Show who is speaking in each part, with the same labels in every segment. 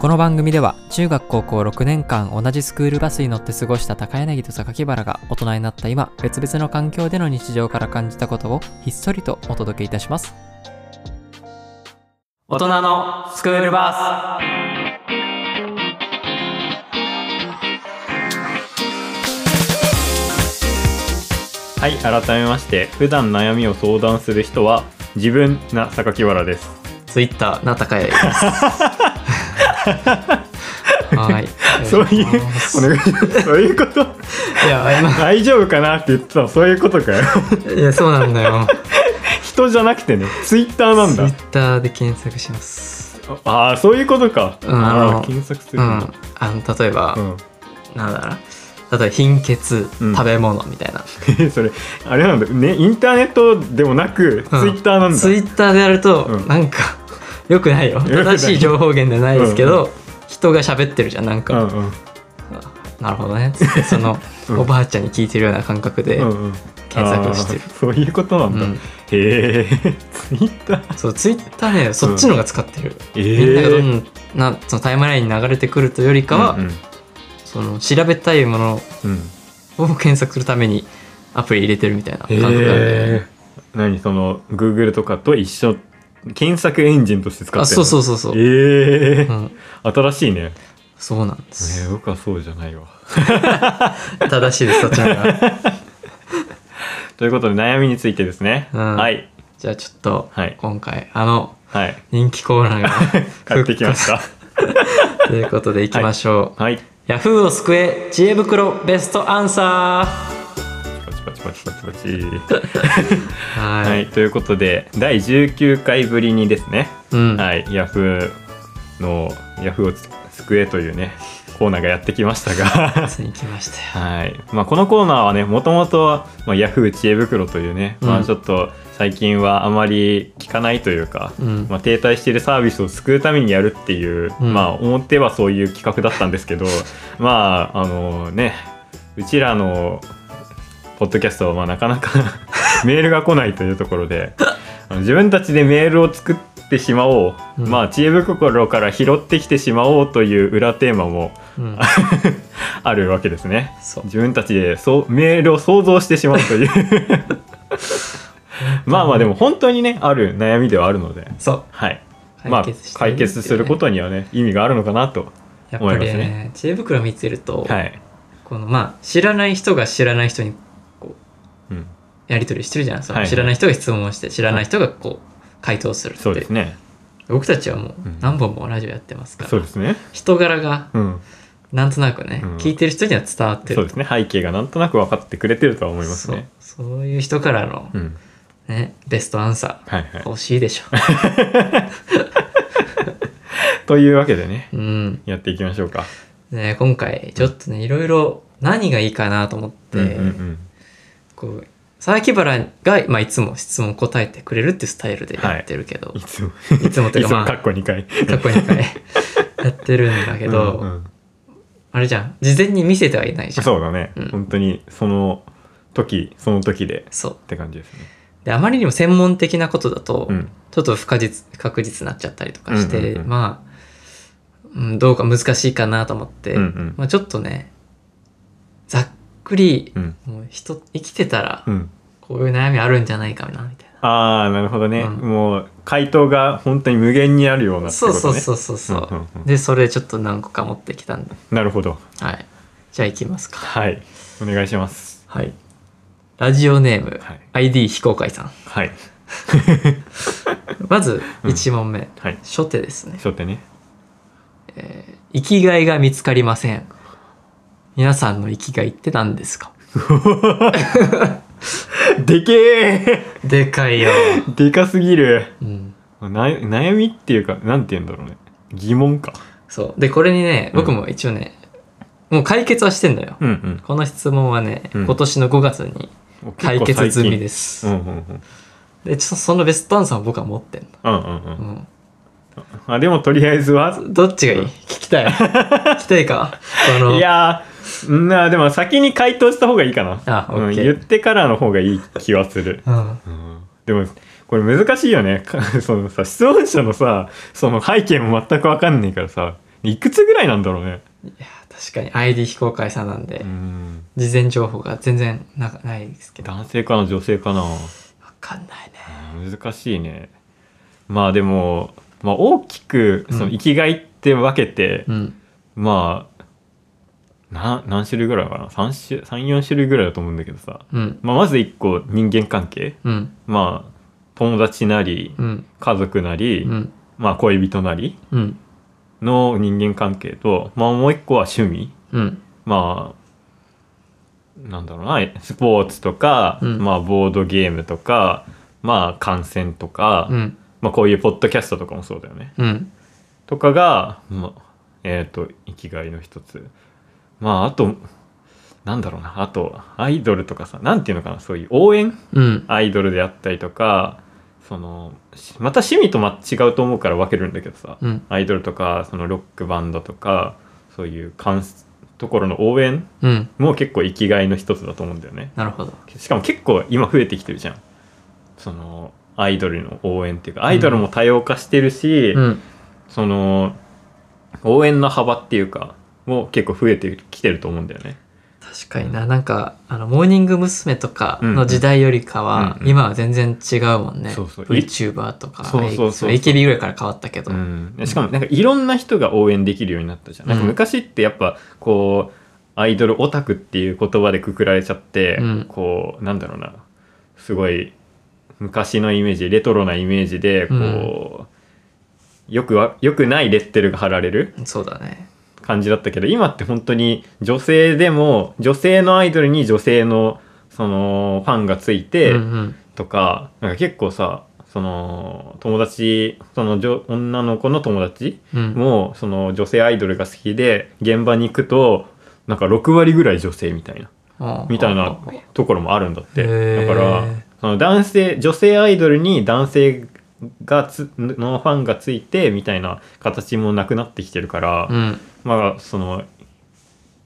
Speaker 1: この番組では中学高校6年間同じスクールバスに乗って過ごした高柳と榊原が大人になった今別々の環境での日常から感じたことをひっそりとお届けいたします大人のスクールバス
Speaker 2: はい、改めまして、普段悩みを相談する人は、自分な榊原です。
Speaker 3: ツイッターな高谷です。はい。
Speaker 2: そういう、お願いしますそういう こと、
Speaker 3: いや、
Speaker 2: 大丈夫かなって言ってたの、そういうことか よ。
Speaker 3: 今、いや、そうなんだよ。
Speaker 2: 人じゃなくてね、ツイッターなん
Speaker 3: ツイ
Speaker 2: だ。
Speaker 3: ッターで検索します。
Speaker 2: ああ、そういうことか。
Speaker 3: うんあの
Speaker 2: あー検索す
Speaker 3: う
Speaker 2: る
Speaker 3: ん
Speaker 2: んだ。。
Speaker 3: あの、例えば、
Speaker 2: うん。
Speaker 3: なんだろうな。例えば、貧血、
Speaker 2: うん
Speaker 3: 食べ物みたいな。
Speaker 2: それ、あれなんだ、ね、インターネットでもなく、ツイッターなんだ。
Speaker 3: ツイッターでやると、
Speaker 2: うん
Speaker 3: なんか、よくないよ。
Speaker 2: くない
Speaker 3: 正しい情報源ではないですけど、
Speaker 2: う
Speaker 3: 人が喋ってるじゃん、なんか、
Speaker 2: うんうん。
Speaker 3: なるほどね。つってその、
Speaker 2: うん
Speaker 3: おばあちゃんに聞いてるような感覚で
Speaker 2: うんうん。
Speaker 3: 検索してる
Speaker 2: あー。そういうことなんだ。
Speaker 3: うん
Speaker 2: へえ、 ツイッター。
Speaker 3: そうツイッターねそっちの方が使ってる、
Speaker 2: え
Speaker 3: みんながど
Speaker 2: うん
Speaker 3: なそのタイムラインに流れてくるとよりかは、
Speaker 2: んうん
Speaker 3: その調べたいもの
Speaker 2: うん。
Speaker 3: を検索するためにアプリ入れてるみたいな感
Speaker 2: へ
Speaker 3: 覚なんで、
Speaker 2: え何その Google とかと一緒検索エンジンとして使ってんの
Speaker 3: あそうそうそうそう、
Speaker 2: ええ
Speaker 3: うん、
Speaker 2: 新しいね、
Speaker 3: そうなんで
Speaker 2: え
Speaker 3: す、
Speaker 2: ー僕はそうじゃないわ
Speaker 3: 正しいですそっちの方 が
Speaker 2: ということで悩みについてですね、
Speaker 3: うん
Speaker 2: はい
Speaker 3: じゃあちょっと、
Speaker 2: はい
Speaker 3: 今回あの
Speaker 2: はい
Speaker 3: 人気コーナーが
Speaker 2: 買ってきました
Speaker 3: たということでいきましょう、
Speaker 2: はい
Speaker 3: ヤフーを救え知恵袋ベストアンサ
Speaker 2: パチパチパチパチパチ
Speaker 3: ーはい
Speaker 2: はいということで第19回ぶりにですね、
Speaker 3: うん
Speaker 2: はいヤフーのヤフーをつ救えというねコーナーがやってきましたが
Speaker 3: ついに来ましたよ
Speaker 2: はいまあ、このコーナーはねもともとヤフー知恵袋というね、ま
Speaker 3: う
Speaker 2: あ、
Speaker 3: ん
Speaker 2: ちょっと最近はあまり聞かないというか、
Speaker 3: うん
Speaker 2: まあ、停滞しているサービスを救うためにやるっていう、
Speaker 3: うん
Speaker 2: まあ表はそういう企画だったんですけどまああのねうちらのポッドキャストはまあなかな かメールが来ないというところであの自分たちでメールを作ってしまおう、
Speaker 3: うん
Speaker 2: まあ知恵袋から拾ってきてしまおうという裏テーマも
Speaker 3: うん、
Speaker 2: あるわけですね。
Speaker 3: そう
Speaker 2: 自分たちでそうメールを想像してしまうという まあまあでも本当にねある悩みではあるので
Speaker 3: そう
Speaker 2: はいまあ
Speaker 3: した
Speaker 2: 解
Speaker 3: いんで
Speaker 2: 決することにはね意味があるのかなと
Speaker 3: やっぱり
Speaker 2: 思い
Speaker 3: ね
Speaker 2: ます
Speaker 3: 知恵袋見てると、
Speaker 2: はい、
Speaker 3: このまあ知らない人が知らない人に
Speaker 2: うん、
Speaker 3: やり取りしてるじゃん、その
Speaker 2: はいはい
Speaker 3: 知らない人が質問をして知らない人がこう回答するって
Speaker 2: そうですね
Speaker 3: 僕たちはもう
Speaker 2: うん
Speaker 3: 何本もラジオやってますから、
Speaker 2: そうですね
Speaker 3: 人柄が
Speaker 2: うん
Speaker 3: なんとなくね、
Speaker 2: うん
Speaker 3: 聞いてる人には伝わって
Speaker 2: そう
Speaker 3: る
Speaker 2: ですね背景がなんとなく分かってくれてるとは思いますね
Speaker 3: そうそういう人からの
Speaker 2: う、ん
Speaker 3: ねベストアンサ
Speaker 2: はいは
Speaker 3: ー
Speaker 2: い
Speaker 3: 欲しいでしょ、
Speaker 2: というわけでね
Speaker 3: うん
Speaker 2: やっていきましょうか
Speaker 3: ね、今回ちょっとねいろいろ何がいいかなと思って、
Speaker 2: うんうんうん
Speaker 3: こう榊原が、まあ、いつも質問答えてくれるっていうスタイルでやってるけど、
Speaker 2: いつも
Speaker 3: いつもと い
Speaker 2: いうつ
Speaker 3: か
Speaker 2: も
Speaker 3: ま
Speaker 2: か
Speaker 3: あ
Speaker 2: っこ2回
Speaker 3: 過去2回 やってるんだけど、
Speaker 2: うんうん
Speaker 3: あれじゃん事前に見せてはいないじゃん
Speaker 2: そうだね、
Speaker 3: うん
Speaker 2: 本当にその時その時で
Speaker 3: そう
Speaker 2: って感じですね
Speaker 3: であまりにも専門的なことだと、
Speaker 2: うん
Speaker 3: ちょっと不可実不確実になっちゃったりとかして、
Speaker 2: うんうんうん
Speaker 3: まあ、うん、どうか難しいかなと思って、
Speaker 2: うんうん
Speaker 3: まあ、ちょっとねざっくり
Speaker 2: う、ん
Speaker 3: もう人生きてたら
Speaker 2: うん
Speaker 3: こういう悩みあるんじゃないかなみたいな、
Speaker 2: ああなるほどね、
Speaker 3: うん
Speaker 2: もう回答が本当に無限にあるようなってこ
Speaker 3: そ
Speaker 2: と
Speaker 3: う
Speaker 2: ね
Speaker 3: そうそうそうそう、
Speaker 2: うんうんうん
Speaker 3: でそれちょっと何個か持ってきたんで
Speaker 2: なるほど
Speaker 3: はいじゃあいきますか
Speaker 2: はいお願いします
Speaker 3: はいラジオネーム、
Speaker 2: はい
Speaker 3: ID 非公開さん
Speaker 2: はい
Speaker 3: まず1問目、
Speaker 2: はい
Speaker 3: 初手ですね
Speaker 2: ちょっとね
Speaker 3: 生きがいが見つかりません皆さんの生きがいって何ですか
Speaker 2: でけえ
Speaker 3: でかいよ、
Speaker 2: でかすぎる
Speaker 3: うん、
Speaker 2: な悩みっていうかなんて言うんだろうね疑問か
Speaker 3: そうでこれにね
Speaker 2: うん
Speaker 3: 僕も一応ね、もう解決はしてんだよ、
Speaker 2: うん
Speaker 3: この質問はね、
Speaker 2: うん
Speaker 3: 今年の5月に
Speaker 2: うん
Speaker 3: 解決済みですす、
Speaker 2: うんうんうん
Speaker 3: でちょそのベストアンサーを僕は持ってん
Speaker 2: うんうんう
Speaker 3: の
Speaker 2: ん、あでもとりあえずは
Speaker 3: うん、どっちがいい、
Speaker 2: うん
Speaker 3: 聞 きたい聞きたいかこの
Speaker 2: いやーうんなでも先に回答した方がいいかな
Speaker 3: あ
Speaker 2: うん
Speaker 3: OK
Speaker 2: 言ってからの方がいい気はする
Speaker 3: うん
Speaker 2: でもこ れ難しいよねかそのさ質問者のさその背景も全く分かんないからさいくつぐらいなんだろうね
Speaker 3: いや確かに ID 非公開さんなんで、
Speaker 2: うん
Speaker 3: 事前情報が全然なないですけど
Speaker 2: 男性かな女性かな
Speaker 3: わかんないね
Speaker 2: 難しいねまあでも、まあ、大きくその生きがいって分けて、
Speaker 3: うん
Speaker 2: まあな何種類ぐらいかな34種3-4種類ぐらいだと思うんだけどさ、
Speaker 3: うん
Speaker 2: まあ、まず1個人間関係
Speaker 3: うん
Speaker 2: まあ友達なり
Speaker 3: うん
Speaker 2: 家族なり、
Speaker 3: うん
Speaker 2: まあ、恋人なり
Speaker 3: うん
Speaker 2: の人間関係と、まあ、もう1個は趣味
Speaker 3: うん
Speaker 2: まあなんだろうなスポーツとか、
Speaker 3: うん
Speaker 2: まあ、ボードゲームとかまあ観戦とか、
Speaker 3: うん
Speaker 2: まあ、こういうポッドキャストとかもそうだよね。
Speaker 3: うん
Speaker 2: とかが、まあ、えっ、と生きがいの一つ。まああとなんだろうなあとアイドルとかさなんていうのかなそういう応援
Speaker 3: うん
Speaker 2: アイドルであったりとかそのしまた趣味とま違うと思うから分けるんだけどさ、
Speaker 3: うん
Speaker 2: アイドルとかそのロックバンドとかそういう関すところの応援
Speaker 3: うん
Speaker 2: も結構生きがいの一つだと思うんだよね。
Speaker 3: なるほど
Speaker 2: しかも結構今増えてきてるじゃんそのアイドルの応援っていうかアイドルも多様化してるし、
Speaker 3: うん
Speaker 2: その応援の幅っていうかもう結構増えてきてると思うんだよね
Speaker 3: 確かにななんかあのモーニング娘。とかの時代よりかは、
Speaker 2: うんうん
Speaker 3: 今は全然違うもんね、
Speaker 2: そうそう
Speaker 3: VTuber とか
Speaker 2: そうそうそうそう
Speaker 3: AKB ぐらいから変わったけど、
Speaker 2: うん、しかもなんかいろんな人が応援できるようになったじゃん,、なんか
Speaker 3: うん
Speaker 2: 昔ってやっぱこうアイドルオタクっていう言葉でくくられちゃって、
Speaker 3: うん
Speaker 2: こうなんだろうなすごい昔のイメージレトロなイメージでこう、よくわよくないレッテルが貼られる
Speaker 3: そうだね
Speaker 2: 感じだったけど今って本当に女性でも女性のアイドルに女性のそのファンがついて、
Speaker 3: うんうん
Speaker 2: とかなんか結構さその友達その女女の子の友達
Speaker 3: うん
Speaker 2: もその女性アイドルが好きで現場に行くとなんか6割ぐらい女性みたいなみたいなところもあるんだって
Speaker 3: へ
Speaker 2: だ
Speaker 3: ー
Speaker 2: からその男性女性アイドルに男性がつのファンがついてみたいな形もなくなってきてるから、
Speaker 3: うん
Speaker 2: まあその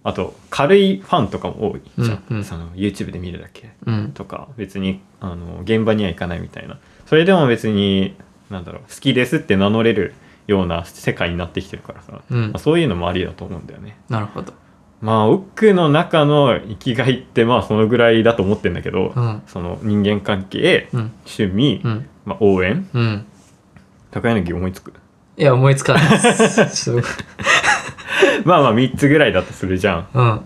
Speaker 2: あと軽いファンとかも多いじゃん、
Speaker 3: うんうん
Speaker 2: その YouTube で見るだけ
Speaker 3: うん
Speaker 2: とか別にあの現場には行かないみたいなそれでも別になんだろう好きですって名乗れるような世界になってきてるからさ、
Speaker 3: うん
Speaker 2: まあ、そういうのもありだと思うんだよね
Speaker 3: なるほど
Speaker 2: まあ奥の中の生きがいってまあそのぐらいだと思ってんだけど、
Speaker 3: うん
Speaker 2: その人間関係
Speaker 3: うん
Speaker 2: 趣味、
Speaker 3: うん
Speaker 2: まあ、応援
Speaker 3: うん
Speaker 2: 高柳思いつく
Speaker 3: いや思いつかないですちょっと
Speaker 2: まあまあ3つぐらいだとするじゃん
Speaker 3: うん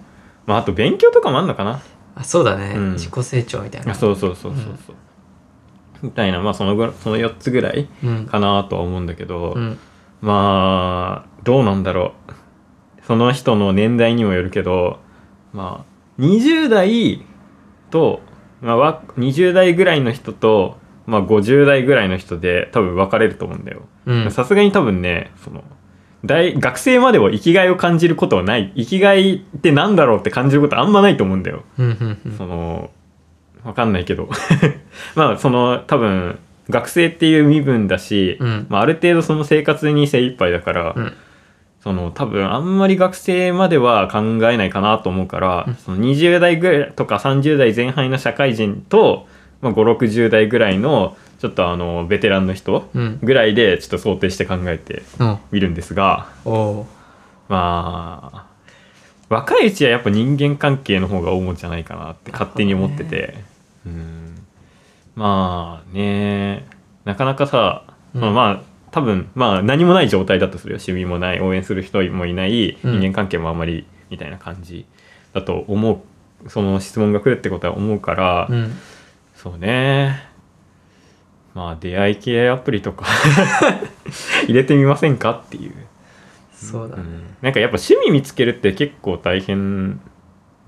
Speaker 2: まああと勉強とかもあんのかな
Speaker 3: あそうだね、
Speaker 2: うん
Speaker 3: 自己成長みたいな
Speaker 2: あそうそうそうそうそう、みたいなまあそのぐらその4つぐらい
Speaker 3: うん
Speaker 2: かなとは思うんだけど、
Speaker 3: うん
Speaker 2: まあどうなんだろうその人の年代にもよるけどまあ20代と、まあ、わ20代ぐらいの人と、まあ、50代ぐらいの人で多分分かれると思うんだよ
Speaker 3: うん
Speaker 2: さすがに多分ねその大学生までは生きがいを感じることはない生きがいってなんだろうって感じることあんまないと思うんだよ
Speaker 3: うんうんうん
Speaker 2: そのわかんないけど まあその多分学生っていう身分だし、
Speaker 3: うん
Speaker 2: まあ、ある程度その生活に精一杯だから、
Speaker 3: うん
Speaker 2: その多分あんまり学生までは考えないかなと思うから、
Speaker 3: うん
Speaker 2: その20代ぐらいとか30代前半の社会人と、まあ、560代ぐらいのちょっとあのベテランの人
Speaker 3: うん
Speaker 2: ぐらいでちょっと想定して考えて
Speaker 3: うん
Speaker 2: みるんですが
Speaker 3: おう
Speaker 2: まあ若いうちはやっぱ人間関係の方が主じゃないかなって勝手に思ってて、うんまあねなかなかさ、
Speaker 3: うん
Speaker 2: まあまあ多分まあ何もない状態だとするよ趣味もない応援する人もいない
Speaker 3: うん
Speaker 2: 人間関係もあんまりみたいな感じだと思うその質問が来るってことは思うから、
Speaker 3: うん
Speaker 2: そうねまあ出会い系アプリとか 入れてみませんかっていう。
Speaker 3: そうだ
Speaker 2: う
Speaker 3: ね
Speaker 2: んなんかやっぱ趣味見つけるって結構大変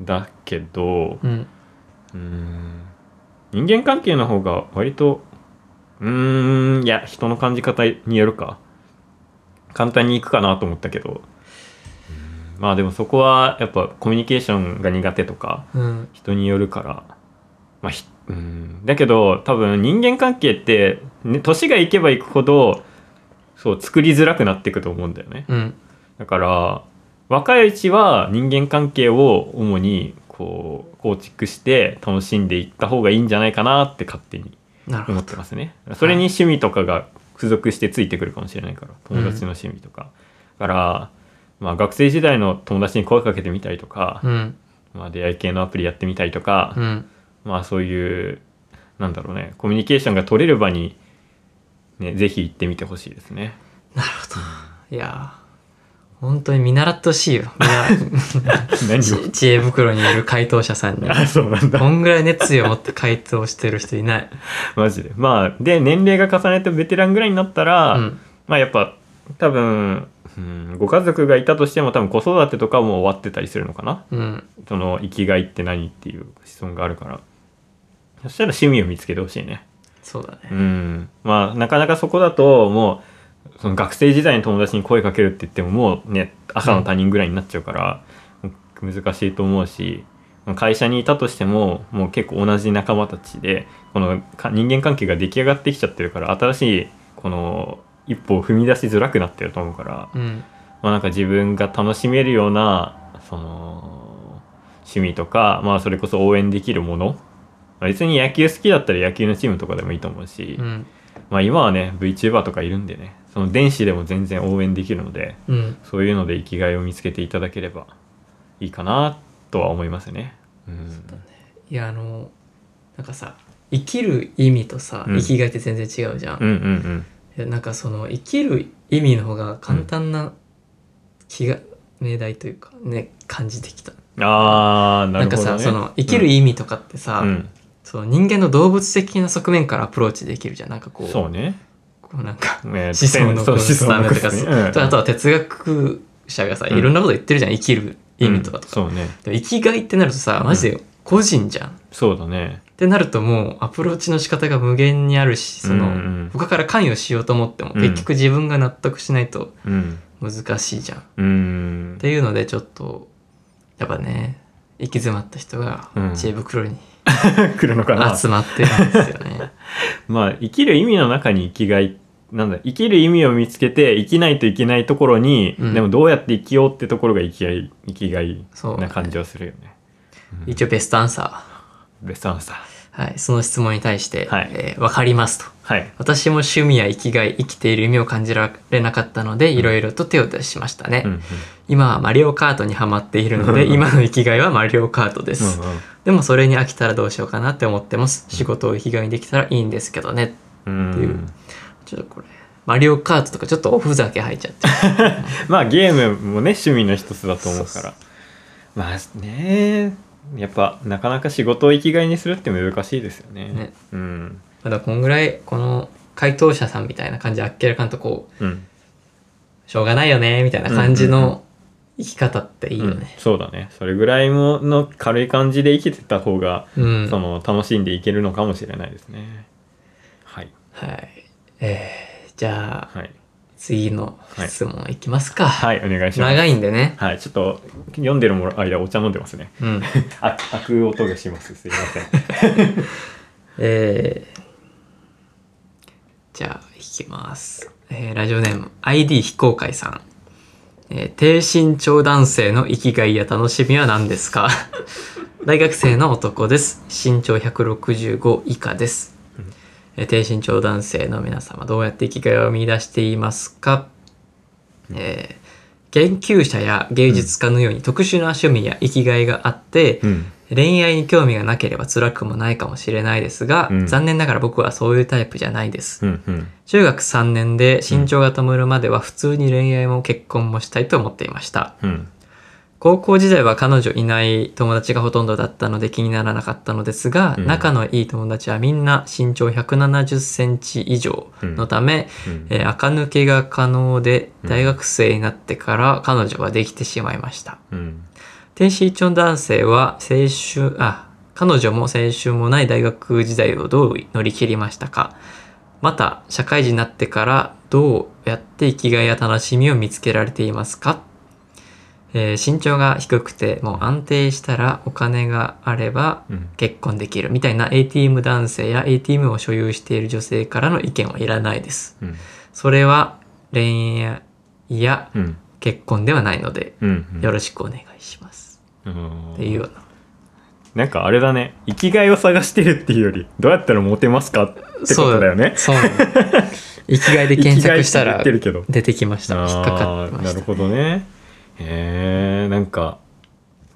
Speaker 2: だけど、
Speaker 3: うん
Speaker 2: うん、人間関係の方が割とうーんいや人の感じ方によるか簡単にいくかなと思ったけど、うんまあでもそこはやっぱコミュニケーションが苦手とか
Speaker 3: うん
Speaker 2: 人によるからまあひうんだけど多分人間関係って、ね、年がいけばいくほどそう作りづらくなっていくと思うんだよね。
Speaker 3: うん
Speaker 2: だから若いうちは人間関係を主にこう構築して楽しんでいった方がいいんじゃないかなって勝手に
Speaker 3: なるほ
Speaker 2: 思
Speaker 3: ど
Speaker 2: ってますね。それに趣味とかが付属してついてくるかもしれないから友達の趣味とか。だからまあ、学生時代の友達に声かけてみたりとか、
Speaker 3: うん。
Speaker 2: まあ、出会い系のアプリやってみたりとか、
Speaker 3: うん。
Speaker 2: まあそういうなんだろうねコミュニケーションが取れる場に、ね、ぜひ行ってみてほしいです ね。
Speaker 3: なるほど。いやー本当に見習ってほしいよ。 みんな
Speaker 2: 何
Speaker 3: ち知恵袋にいる回答者さんに
Speaker 2: を。 あそうなんだ
Speaker 3: こんぐらい熱意を持って回答してる人いない。
Speaker 2: マジで。まあで年齢が重ねてベテランぐらいになったら、
Speaker 3: うん。
Speaker 2: まあやっぱ多分、うん、ご家族がいたとしても多分子育てとかも終わってたりするのかな
Speaker 3: うん。
Speaker 2: その生きがいって何っていう質問があるからそしたら趣味を見つけてほしいね。
Speaker 3: そうだ
Speaker 2: う
Speaker 3: ね。
Speaker 2: ん、まあなかなかそこだともうその学生時代の友達に声かけるって言ってももうね朝の他人ぐらいになっちゃうから、難しいと思うし会社にいたとしてももう結構同じ仲間たちでこのか人間関係が出来上がってきちゃってるから新しいこの一歩を踏み出しづらくなってると思うから、
Speaker 3: うん。
Speaker 2: まあ、なんか自分が楽しめるようなその趣味とか、まあ、それこそ応援できるものまあ別に野球好きだったら野球のチームとかでもいいと思うし、
Speaker 3: うん。
Speaker 2: まあ今はね VTuber とかいるんでねその電子でも全然応援できるので
Speaker 3: うん。
Speaker 2: そういうので生きがいを見つけていただければいいかなとは思いますね。うん、
Speaker 3: いやあのなんかさ生きる意味とさ、
Speaker 2: うん
Speaker 3: 生きがいって全然違うじゃん、
Speaker 2: うんうん
Speaker 3: いやなんかその生きる意味の方が簡単な気が、命題というかね感じてきた
Speaker 2: うん。あー
Speaker 3: な,、
Speaker 2: なる
Speaker 3: ん
Speaker 2: ほ
Speaker 3: か
Speaker 2: ど、ね。
Speaker 3: さその生きる意味とかってさ、
Speaker 2: うん、
Speaker 3: その人間の動物的な側面からアプローチできるじゃんなんかこう
Speaker 2: そうね。
Speaker 3: こうなんか
Speaker 2: 思
Speaker 3: 思想のこのスタメとかさ、とあと
Speaker 2: は
Speaker 3: は哲学者がさ
Speaker 2: うん
Speaker 3: いろんなこと言ってるじゃん、生きる意味とかとか、
Speaker 2: そうね。
Speaker 3: でも生きがいってなるとさマジで個人じゃん
Speaker 2: そうだね。
Speaker 3: ってなるともうアプローチの仕方が無限にあるしその、
Speaker 2: うんうん
Speaker 3: 他から関与しようと思っても
Speaker 2: うん
Speaker 3: 結局自分が納得しないと
Speaker 2: うん。
Speaker 3: 難しいじゃん。っ
Speaker 2: うん。
Speaker 3: ていうのでちょっとやっぱね行き詰まった人が
Speaker 2: うん
Speaker 3: 知恵袋に
Speaker 2: 来るのかな。
Speaker 3: 集まってるんですよ ね。
Speaker 2: まあ生きる意味の中に生きがいなんだ生きる意味を見つけて生きないといけないところに、
Speaker 3: うん
Speaker 2: でもどうやって生きようってところが生きがい生きがい
Speaker 3: そう
Speaker 2: な感じはするよね。うん
Speaker 3: 一応ベストアンサ
Speaker 2: ベストアンサー。
Speaker 3: ー、はい、その質問に対して「
Speaker 2: はい
Speaker 3: えーわかります」と。
Speaker 2: はい。
Speaker 3: 私も趣味や生きがい生きている意味を感じられなかったのでいろいろと手を出しましたね、
Speaker 2: うんうん
Speaker 3: 今はマリオカートにハマっている ので今の生きがいはマリオカートです、でもそれに飽きたらどうしようかなって思ってます。仕事を生きがいにできたらいいんですけどね。
Speaker 2: うんうん
Speaker 3: っていうちょっとこれ、マリオカートとかちょっとおふざけ入っちゃって。
Speaker 2: まあゲームもね趣味の一つだと思うからまあねやっぱなかなか仕事を生きがいにするって難しいですよね。
Speaker 3: ね
Speaker 2: うん
Speaker 3: まだこんぐらい、この回答者さんみたいな感じであっけらかんとこ
Speaker 2: うん
Speaker 3: う、しょうがないよね、みたいな感じ
Speaker 2: うんうんう
Speaker 3: の生き方っていいよ
Speaker 2: うん
Speaker 3: ね。
Speaker 2: そうだねそれぐらいもの軽い感じで生きてた方が
Speaker 3: うん。
Speaker 2: その楽しんでいけるのかもしれないですね。はい
Speaker 3: はい。えー、じゃあ、
Speaker 2: はい
Speaker 3: 次の質問いきますか。
Speaker 2: はいお願いします。
Speaker 3: 長いんでね。
Speaker 2: はいちょっと読んでるもら間お茶飲んでますね。
Speaker 3: うん。
Speaker 2: あ開く音がしますすいません。
Speaker 3: えー、じゃあ、いきます。えーラジオネーム、ID 非公開さん。えー低身長男性の生きがいや楽しみは何ですか 大学生の男です。身長165以下です。えー低身長男性の皆様、どうやって生きがいを見出していますか、えー研究者や芸術家のように特殊な趣味や生きがいがあって、
Speaker 2: うん
Speaker 3: 恋愛に興味がなければ辛くもないかもしれないですが、
Speaker 2: うん
Speaker 3: 残念ながら僕はそういうタイプじゃないです。
Speaker 2: うんうん
Speaker 3: 中学3年で身長が止まるまでは普通に恋愛も結婚もしたいと思っていました。
Speaker 2: うん
Speaker 3: 高校時代は彼女いない友達がほとんどだったので気にならなかったのですが、
Speaker 2: うん
Speaker 3: 仲のいい友達はみんな身長170センチ以上のため、
Speaker 2: うん
Speaker 3: えー垢抜けが可能で
Speaker 2: うん
Speaker 3: 大学生になってから彼女はできてしまいました。
Speaker 2: うん
Speaker 3: 低身長男性は青春あ彼女も青春もない大学時代をどう乗り切りましたかまた社会人になってからどうやって生きがいや楽しみを見つけられていますか、えー身長が低くてもう安定したらお金があれば
Speaker 2: うん
Speaker 3: 結婚できるみたいな ATM 男性や ATM を所有している女性からの意見はいらないです
Speaker 2: うん
Speaker 3: それは恋愛や
Speaker 2: うん
Speaker 3: 結婚ではないので
Speaker 2: うんうん
Speaker 3: よろしくお願いします、
Speaker 2: うん
Speaker 3: っていうような
Speaker 2: なんかあれだね生きがいを探してるっていうよりどうやったらモテますかってことだよね。
Speaker 3: そうなの。 生きがいで検索した
Speaker 2: 生
Speaker 3: ら
Speaker 2: きがいって言ってるけど
Speaker 3: 出てきました。引っかか
Speaker 2: あ
Speaker 3: って
Speaker 2: あ
Speaker 3: ま
Speaker 2: な
Speaker 3: し
Speaker 2: る
Speaker 3: た。
Speaker 2: ほどね。へえなんか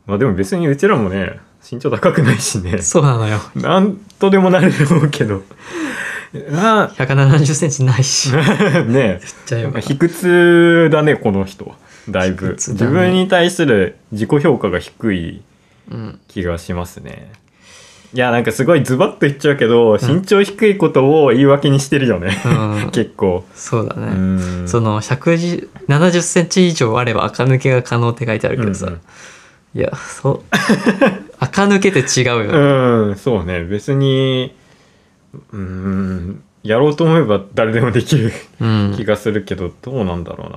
Speaker 2: まあでも別にうちらもね身長高くないしね
Speaker 3: そうなのよ。
Speaker 2: なんとでもなると思うけ どな
Speaker 3: 170センチないし。めっ
Speaker 2: ね
Speaker 3: ちゃ
Speaker 2: な
Speaker 3: よ
Speaker 2: ん
Speaker 3: か
Speaker 2: か
Speaker 3: った
Speaker 2: 卑屈だねこの人だいぶ、
Speaker 3: 卑屈だ
Speaker 2: 自
Speaker 3: ね
Speaker 2: 分に対する自己評価が低い
Speaker 3: うん。
Speaker 2: 気がしますねいやなんかすごいズバッと言っちゃうけど、身長低いことを言い訳にしてるよね、
Speaker 3: うん
Speaker 2: 結構
Speaker 3: そうだね。
Speaker 2: うん
Speaker 3: その170 70センチ以上あれば垢抜けが可能って書いてあるけどさ、
Speaker 2: うんうん
Speaker 3: いやそう 垢抜けって違 うよ、
Speaker 2: う
Speaker 3: ね
Speaker 2: んそうね別にうんやろうと思えば誰でもできる
Speaker 3: うん
Speaker 2: 気がするけど、どうなんだろう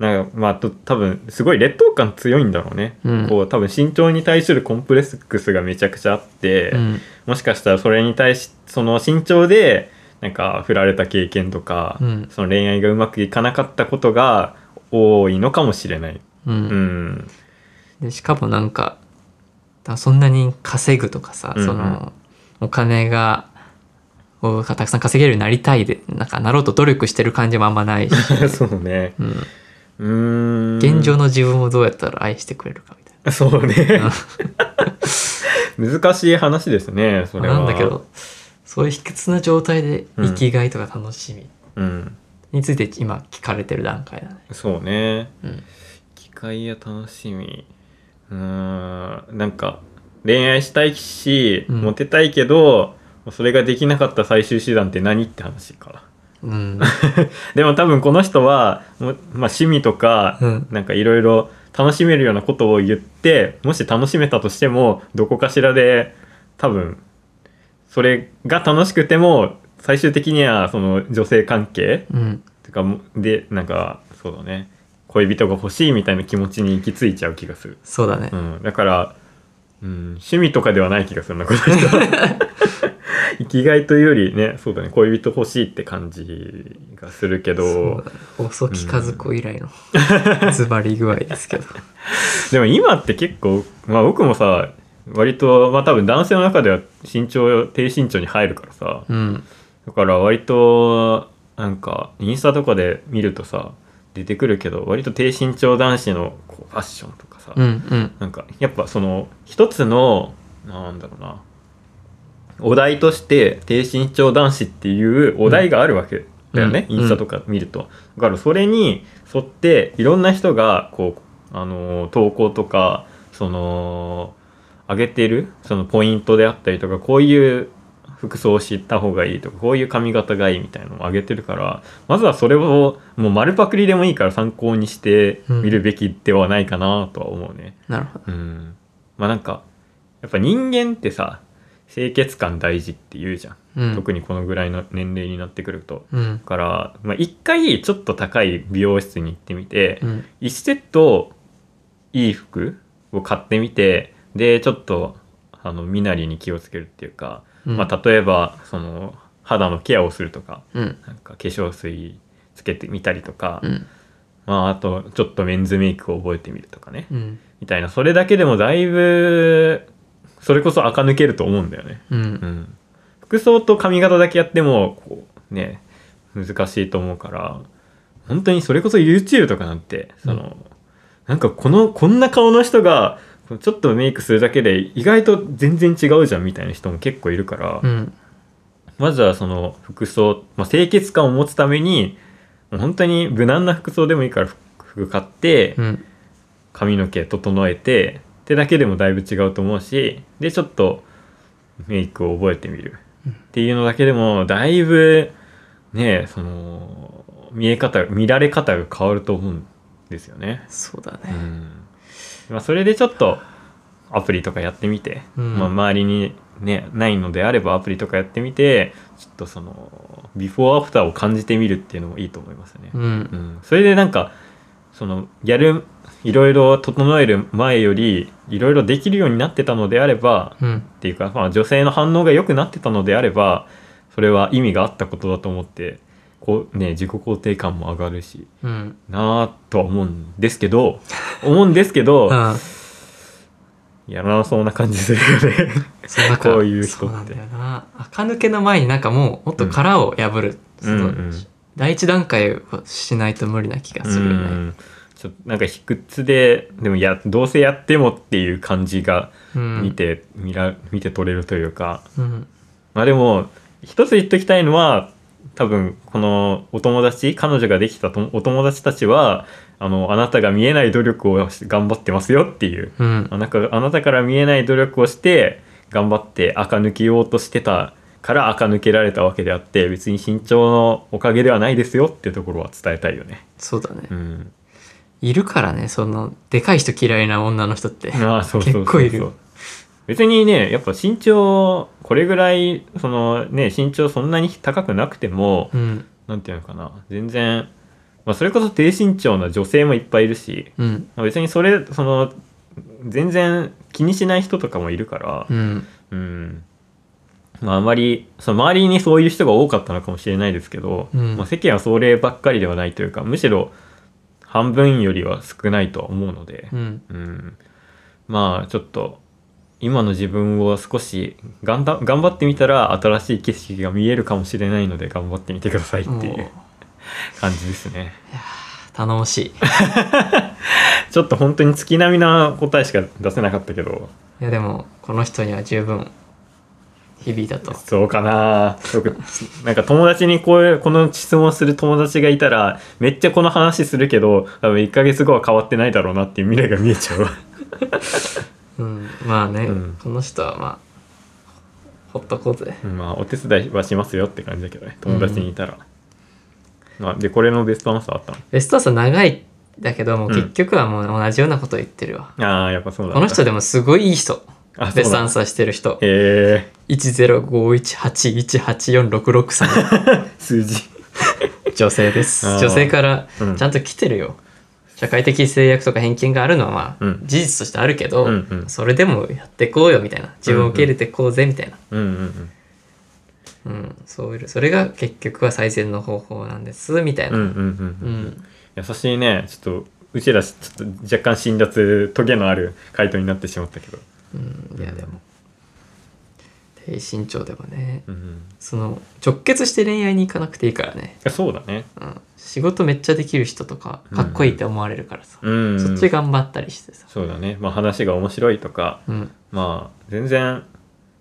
Speaker 2: ななんかまあと多分すごい劣等感強いんだろうね、
Speaker 3: うん
Speaker 2: こう多分身長に対するコンプレックスがめちゃくちゃあって、
Speaker 3: うん
Speaker 2: もしかしたらそれに対しその身長でなんか振られた経験とか、
Speaker 3: うん
Speaker 2: その恋愛がうまくいかなかったことが多いのかもしれない。
Speaker 3: う
Speaker 2: うん ん、
Speaker 3: でしかもなんかだそんなに稼ぐとかさ、
Speaker 2: うんうん
Speaker 3: そのお金がをたくさん稼げるようになりたいでなんかなろうと努力してる感じもあんまな いし、
Speaker 2: そうね。
Speaker 3: うん、
Speaker 2: うーん。
Speaker 3: 現状の自分をどうやったら愛してくれるかみた い
Speaker 2: そうね。 難しい話ですね、それ
Speaker 3: な、
Speaker 2: は。
Speaker 3: なんだけ。どそういう卑屈な状態で生きがいとか楽しみ、
Speaker 2: うん。
Speaker 3: について今聞かれてる段階だね。
Speaker 2: そうね。
Speaker 3: うん。
Speaker 2: 機会や楽しみ。うーん。なんか、恋愛したいし、
Speaker 3: うん
Speaker 2: モテたいけど、それができなかった最終手段って何って話か。
Speaker 3: うん。
Speaker 2: でも多分この人は、もまあ、趣味とか、
Speaker 3: うん
Speaker 2: なんかいろいろ楽しめるようなことを言ってもし楽しめたとしてもどこかしらで多分それが楽しくても最終的にはその女性関係
Speaker 3: うん。
Speaker 2: とかもでなんかそうだね恋人が欲しいみたいな気持ちに行き着いちゃう気がする、
Speaker 3: そうだね
Speaker 2: う。ん、だから、うん、趣味とかではない気がするなこの 人は生きがいというよりねそうだね恋人欲しいって感じがするけど
Speaker 3: そうだね遅木和子以来の ズバリ具合ですけど。
Speaker 2: でも今って結構、まあ、僕もさ割とまあ多分男性の中では身長低身長に入るからさ
Speaker 3: うん。
Speaker 2: だから割となんかインスタとかで見るとさ出てくるけど割と低身長男子のこうファッションとかさ、
Speaker 3: うんうん。
Speaker 2: なんかやっぱその一つのなんだろうなお題として低身長男子っていうお題があるわけだよね、
Speaker 3: うん
Speaker 2: インスタとか見ると、だからそれに沿っていろんな人がこうあのー投稿とかその上げてるそのポイントであったりとかこういう服装を知った方がいいとかこういう髪型がいいみたいなのを上げてるからまずはそれをもう丸パクリでもいいから参考にしてみるべきではないかなとは思うね。
Speaker 3: なるほど。
Speaker 2: うん、まあなんかやっぱ人間ってさ清潔感大事って言うじゃん、
Speaker 3: うん。
Speaker 2: 特にこのぐらいの年齢になってくると
Speaker 3: うん
Speaker 2: だ。から、まあ、一回ちょっと高い美容室に行ってみて、
Speaker 3: うん。
Speaker 2: 一セットいい服を買ってみてでちょっとあの身なりに気をつけるっていうか、
Speaker 3: うん
Speaker 2: まあ、例えばその肌のケアをするとか
Speaker 3: うん。
Speaker 2: なんか化粧水つけてみたりとか、
Speaker 3: うん。
Speaker 2: まあ、あとちょっとメンズメイクを覚えてみるとかね、
Speaker 3: うん。
Speaker 2: みたいなそれだけでもだいぶそれこそ垢抜けると思うんだよね、
Speaker 3: う。
Speaker 2: うんん、服装と髪型だけやってもこうね難しいと思うから本当にそれこそ YouTube とかなんてその、なんかこのこんな顔の人がちょっとメイクするだけで意外と全然違うじゃんみたいな人も結構いるから、
Speaker 3: うん。
Speaker 2: まずはその服装、まあ、清潔感を持つためにもう本当に無難な服装でもいいから服服買って、
Speaker 3: うん。
Speaker 2: 髪の毛整えてってだけでもだいぶ違うと思うしでちょっとメイクを覚えてみるっていうのだけでもだいぶねその見え方見られ方が変わると思うんですよね。
Speaker 3: そうだ
Speaker 2: う
Speaker 3: ね。
Speaker 2: んまあ、それでちょっとアプリとかやってみて、
Speaker 3: うん
Speaker 2: まあ、周りに、ね、ないのであればアプリとかやってみてちょっとそのビフォーアフターを感じてみるっていうのもいいと思いますね。
Speaker 3: うん
Speaker 2: う。ん、それでなんかそのやるいろいろ整える前よりいろいろできるようになってたのであれば
Speaker 3: うん。
Speaker 2: っていうか、まあ、女性の反応が良くなってたのであればそれは意味があったことだと思ってこう、ね、自己肯定感も上がるし
Speaker 3: うん。
Speaker 2: なあとは思うんですけど 思うんですけど、
Speaker 3: うん。
Speaker 2: やらなそうな感じするよね。
Speaker 3: そうなんか
Speaker 2: こういう人って
Speaker 3: そうなんだよな垢抜けの前になんかもうもっと殻を破る、
Speaker 2: うん
Speaker 3: その
Speaker 2: うん
Speaker 3: 第一段階をしないと無理な気がするよね、
Speaker 2: うんちょっとなんか卑屈ででもやどうせやってもっていう感じが
Speaker 3: うん
Speaker 2: 見て、見ら見て取れるというか
Speaker 3: うん
Speaker 2: まあでも一つ言っときたいのは多分このお友達彼女ができたとお友達たちはあのあなたが見えない努力をし頑張ってますよっていう
Speaker 3: うん
Speaker 2: あなたあなたから見えない努力をして頑張って垢抜けようとしてたから垢抜けられたわけであって別に身長のおかげではないですよってところは伝えたいよね。
Speaker 3: そうだね
Speaker 2: うん、
Speaker 3: いるからねそのでかい人嫌いな女の人って
Speaker 2: ああそうそうそう
Speaker 3: 結構いる
Speaker 2: 別にねやっぱ身長これぐらいそのね身長そんなに高くなくても
Speaker 3: うん
Speaker 2: なんていうのかな全然、まあ、それこそ低身長な女性もいっぱいいるし
Speaker 3: うん
Speaker 2: 別にそれその全然気にしない人とかもいるから
Speaker 3: う、ん
Speaker 2: うんまあ、あまりその周りにそういう人が多かったのかもしれないですけど、
Speaker 3: うん
Speaker 2: まあ、世間はそればっかりではないというかむしろ半分よりは少ないとは思うので
Speaker 3: う、ん
Speaker 2: うんまあちょっと今の自分を少しがんだ頑張ってみたら新しい景色が見えるかもしれないので頑張ってみてくださいってい
Speaker 3: もう
Speaker 2: う 感じですね。
Speaker 3: 頼もしい
Speaker 2: ちょっと本当に月並みな答えしか出せなかったけど
Speaker 3: いやでもこの人には十分響いたと
Speaker 2: そうかな僕なんか友達にこういうこの質問する友達がいたらめっちゃこの話するけど多分1ヶ月後は変わってないだろうなっていう未来が見えちゃうわ
Speaker 3: うんまあね、
Speaker 2: うん
Speaker 3: この人はまあほっとこうぜ
Speaker 2: うんまあお手伝いはしますよって感じだけどね友達にいたら、まあ、でこれのベストアンサーあった
Speaker 3: ベストアンサー長いだけどもう
Speaker 2: うん
Speaker 3: 結局はもう同じようなこと言ってるわ、
Speaker 2: のあーやっぱそうだ
Speaker 3: この人
Speaker 2: で
Speaker 3: でもすごいいい人
Speaker 2: あ
Speaker 3: ベストアン
Speaker 2: サ
Speaker 3: サーしてる
Speaker 2: ー
Speaker 3: 人
Speaker 2: へえ
Speaker 3: 10518184663
Speaker 2: 数字
Speaker 3: 女性です
Speaker 2: あー
Speaker 3: 女性から
Speaker 2: うん
Speaker 3: ちゃんと来てるよ、社会的制約とか偏見があるのはまあ、
Speaker 2: うん
Speaker 3: 事実としてあるけど、
Speaker 2: うんうん
Speaker 3: それでもやってこうよみたいな自分を受け入れてこうぜみたいな、
Speaker 2: うんうんうん
Speaker 3: うんそういうそれが結局は最善の方法なんですみたい
Speaker 2: うんうん
Speaker 3: な、
Speaker 2: うん
Speaker 3: う
Speaker 2: うん
Speaker 3: ん、
Speaker 2: 優しいねちょっとうちらちょっと若干辛辣トゲのある回答になってしまったけど、
Speaker 3: うんいやでも低身長でもね
Speaker 2: うんうん、
Speaker 3: その直結して恋愛に行かなくていいからね、
Speaker 2: いやそうだね
Speaker 3: うん、仕事めっちゃできる人とかかっこいいって思われるからさ、
Speaker 2: うん
Speaker 3: そっち頑張ったりしてさ、
Speaker 2: そうだね、まあ、話が面白いとか
Speaker 3: うん、
Speaker 2: まあ全然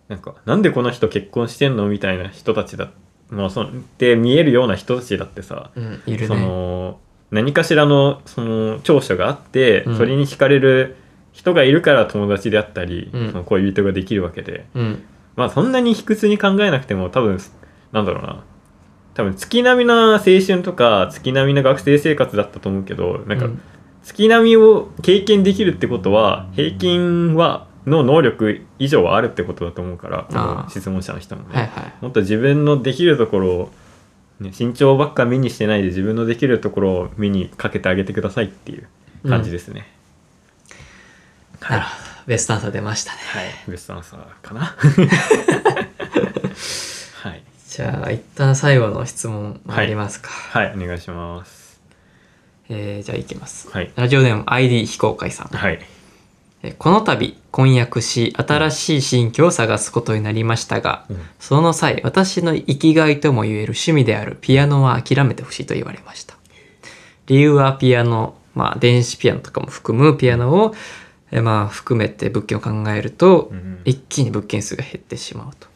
Speaker 2: なんかなんでこの人結婚してんのみたいな人たちだ、まあ、そで見えるような人たちだってさ、
Speaker 3: うん、いる
Speaker 2: そ
Speaker 3: ね
Speaker 2: の何かしらのその長所があって、
Speaker 3: うん
Speaker 2: それに惹かれる人がいるから友達であったり、
Speaker 3: うん
Speaker 2: その恋人ができるわけで、
Speaker 3: うん
Speaker 2: まあそんなに卑屈に考えなくても多分なんだろうな多分月並みな青春とか月並みな学生生活だったと思うけどなんか、
Speaker 3: うん
Speaker 2: 月並みを経験できるってことは平均はの能力以上はあるってことだと思うからこ
Speaker 3: あー
Speaker 2: の質問者の人もね、
Speaker 3: はいはい
Speaker 2: もっと自分のできるところを、ね、身長ばっか目にしてないで自分のできるところを目にかけてあげてくださいっていう感じですね、
Speaker 3: なるほどベストアンサー出ましたね
Speaker 2: ベストアンサー かなはい
Speaker 3: じゃあ一旦最後の質問ありますか、
Speaker 2: はいお願いします
Speaker 3: えーじゃあいきます、
Speaker 2: はい
Speaker 3: ラジオネーム ID 非公開さん、
Speaker 2: はい
Speaker 3: えーこの度婚約し新しい新居を探すことになりましたが、
Speaker 2: うん
Speaker 3: その際私の生きがいとも言える趣味であるピアノは諦めてほしいと言われました理由はピアノまあ電子ピアノとかも含むピアノを、えーまあ含めて物件を考えると、
Speaker 2: うん
Speaker 3: 一気に物件数が減ってしまうと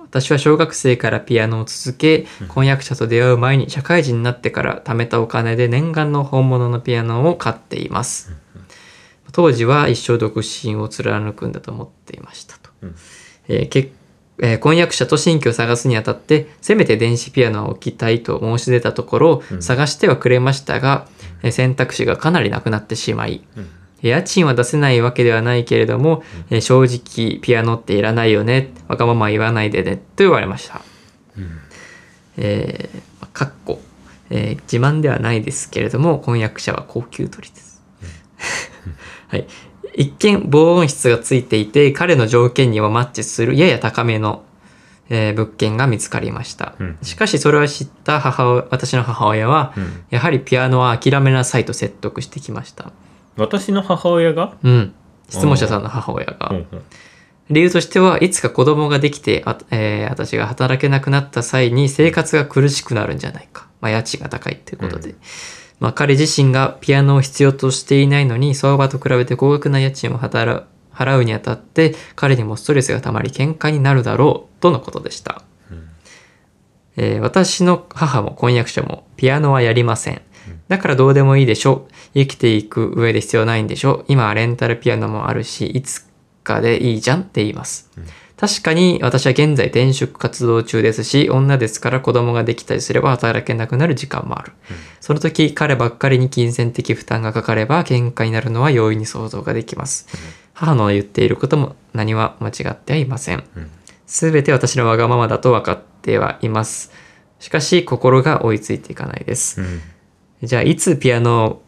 Speaker 3: 私は小学生からピアノを続け婚約者と出会う前に社会人になってから貯めたお金で念願の本物のピアノを買っています当時は一生独身を貫くんだと思っていましたと、
Speaker 2: うん
Speaker 3: えー結えー婚約者と新居を探すにあたってせめて電子ピアノを置きたいと申し出たところ
Speaker 2: うん
Speaker 3: 探してはくれましたが、えー選択肢がかなりなくなってしまい
Speaker 2: うん
Speaker 3: 家賃は出せないわけではないけれども、えー正直ピアノっていらないよねわがまま言わないでねと言われました、
Speaker 2: うん
Speaker 3: えーかっこ、えー自慢ではないですけれども婚約者は高級取りです、 はい、一見防音室がついていて彼の条件にはマッチするやや高めの、えー物件が見つかりました、
Speaker 2: うん
Speaker 3: しかしそれを知った母親私の母親は、
Speaker 2: うん
Speaker 3: やはりピアノは諦めなさいと説得してきました
Speaker 2: 私の母親が、
Speaker 3: うん質問者さんの母親が、
Speaker 2: うんうん
Speaker 3: 理由としてはいつか子供ができてあ、えー私が働けなくなった際に生活が苦しくなるんじゃないか、まあ、家賃が高いっていうことで、
Speaker 1: まあ、彼自身がピアノを必要としていないのに相場と比べて高額な家賃を働払うにあたって彼にもストレスがたまり喧嘩になるだろうとのことでした、
Speaker 2: うん
Speaker 1: えー私の母も婚約者もピアノはやりません
Speaker 2: うん
Speaker 1: だからどうでもいいでしょ生きていく上で必要ないんでしょ今はレンタルピアノもあるしいつかでいいじゃんって言います、
Speaker 2: うん
Speaker 1: 確かに私は現在転職活動中ですし女ですから子供ができたりすれば働けなくなる時間もあるその時彼ばっかりに金銭的負担がかかれば喧嘩になるのは容易に想像ができます、
Speaker 2: うん
Speaker 1: 母の言っていることも何は間違ってはいません
Speaker 2: うん
Speaker 1: すべて私のわがままだと分かってはいますしかし心が追いついていかないです
Speaker 2: うん
Speaker 1: じゃあいつピアノを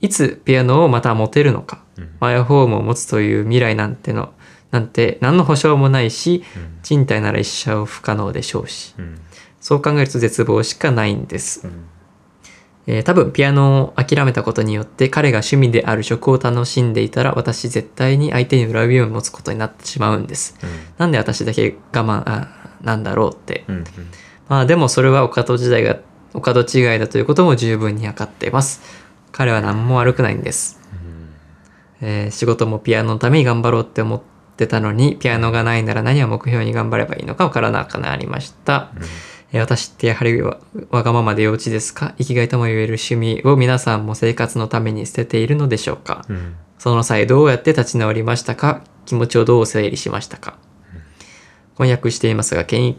Speaker 1: いつピアノをまた持てるのか
Speaker 2: うん
Speaker 1: マイホームを持つという未来なんてのなんて何の保証もないし
Speaker 2: うん
Speaker 1: 賃貸なら一生不可能でしょうし
Speaker 2: うん
Speaker 1: そう考えると絶望しかないんです
Speaker 2: うん
Speaker 1: えー多分ピアノを諦めたことによって彼が趣味である職を楽しんでいたら私絶対に相手に恨みを持つことになってしまうんです。なんで私だけ我慢あなんだろうって。
Speaker 2: うん
Speaker 1: まあでもそれはお門時代がお門違いだということも十分に分かっています。彼は何も悪くないんです。えー仕事もピアノのために頑張ろうって思ってたのにピアノがないなら何を目標に頑張ればいいのかわからなくなりました。えー私ってやはりわわがままで幼稚ですか生きがいとも言える趣味を皆さんも生活のために捨てているのでしょうか
Speaker 2: うん
Speaker 1: その際どうやって立ち直りましたか気持ちをどう整理しましたか婚約していますがけん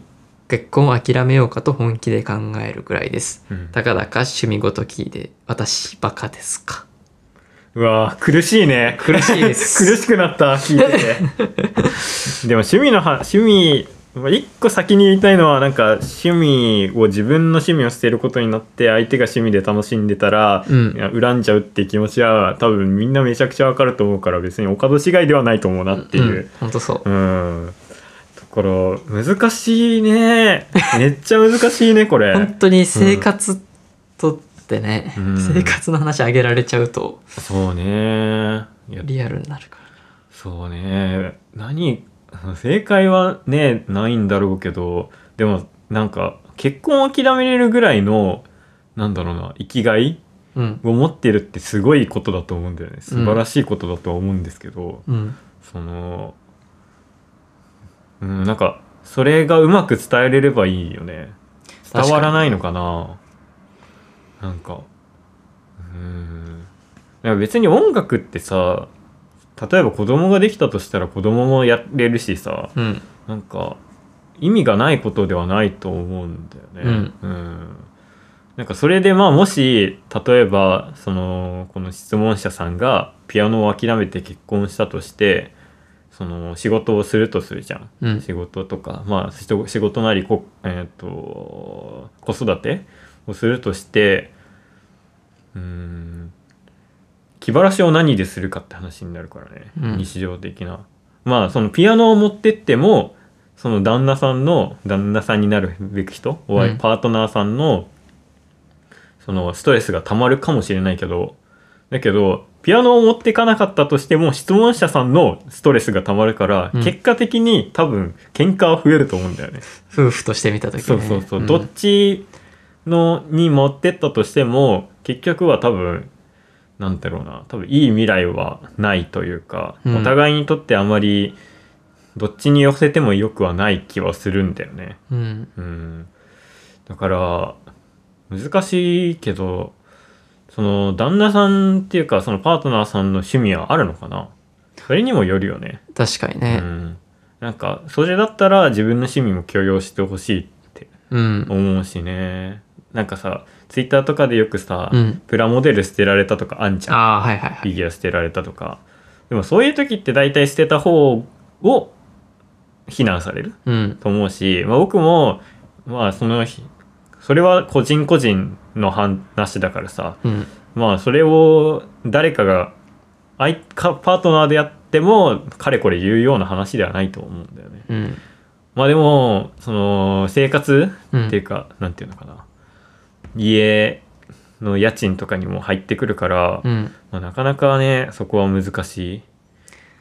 Speaker 1: 結婚を諦めようかと本気で考えるぐらいです
Speaker 2: うん
Speaker 1: たかだか趣味ごときで私バカですか
Speaker 2: うわー苦しいね苦
Speaker 1: しいです
Speaker 2: 苦しくなった聞いててでも趣味のは趣味まあ一個先に言いたいのはなんか趣味を自分の趣味を捨てることになって相手が趣味で楽しんでたら、
Speaker 1: うん
Speaker 2: いや恨んじゃうって気持ちは多分みんなめちゃくちゃわかると思うから別にお門違いではないと思うなっていう、
Speaker 1: ん、本当そう
Speaker 2: うんだから難しいねめっちゃ難しいねこ
Speaker 1: 本
Speaker 2: れ
Speaker 1: 当に生活とってね、
Speaker 2: うん
Speaker 1: 生活の話あげられちゃうと
Speaker 2: そうねいや
Speaker 1: リアルになるから
Speaker 2: そうね何正解はねないんだろうけどでもなんか結婚を諦めれるぐらいのなんだろうな生きがい
Speaker 1: うん
Speaker 2: を持ってるってすごいことだと思うんだよね素晴らしいことだとは思うんですけど、
Speaker 1: うん
Speaker 2: そのうんなんかそれがうまく伝えれればいいよね伝わらないのかななんかうんなんか別に音楽ってさ例えば子供ができたとしたら子供もやれるしさ
Speaker 1: うん
Speaker 2: なんか意味がないことではないと思うんだよね。うんなんかそれでまあもし例えばそのこの質問者さんがピアノを諦めて結婚したとしてその仕事をするとするじゃん。
Speaker 1: うん
Speaker 2: 仕事とか、まあ、しと仕事なりこ、えー、と子育てをするとしてうーん気晴らしを何でするかって話になるからね、
Speaker 1: うん
Speaker 2: 日常的な。まあそのピアノを持ってってもその旦那さんの旦那さんになるべき人、お相
Speaker 1: うん
Speaker 2: パートナーさんのそのストレスがたまるかもしれないけどだけどピアノを持っていかなかったとしても質問者さんのストレスがたまるから、
Speaker 1: うん
Speaker 2: 結果的に多分喧嘩は増えると思うんだよね。
Speaker 1: 夫婦として見た時、ね、
Speaker 2: そうそうそう、
Speaker 1: ん
Speaker 2: どっちのに持ってったとしても結局は多分なんだろうな多分いい未来はないというか、
Speaker 1: うん
Speaker 2: お互いにとってあまりどっちに寄せてもよくはない気はするんだよね。
Speaker 1: うん
Speaker 2: うん、だから難しいけどその旦那さんっていうかそのパートナーさんの趣味はあるのかなそれにもよるよね。
Speaker 1: 確かに
Speaker 2: う
Speaker 1: ね
Speaker 2: ん、なんかそれだったら自分の趣味も許容してほしいって
Speaker 1: うん
Speaker 2: 思うしねなんかさツイッターとかでよくさ、
Speaker 1: うん
Speaker 2: プラモデル捨てられたとかあんちゃん
Speaker 1: ああはいはいは
Speaker 2: フ
Speaker 1: い
Speaker 2: ィギュア捨てられたとかでもそういう時って大体捨てた方を非難される
Speaker 1: うん
Speaker 2: と思うし、まあ、僕もまあその日それは個人個人の話だからさ
Speaker 1: うん
Speaker 2: まあそれを誰かが相かパートナーでやってもかれこれ言うような話ではないと思うんだよね。
Speaker 1: うん
Speaker 2: まあでもその生活
Speaker 1: うん
Speaker 2: っていうか、なんていうのかな家の家賃とかにも入ってくるから、
Speaker 1: うん
Speaker 2: まあ、なかなかねそこは難しい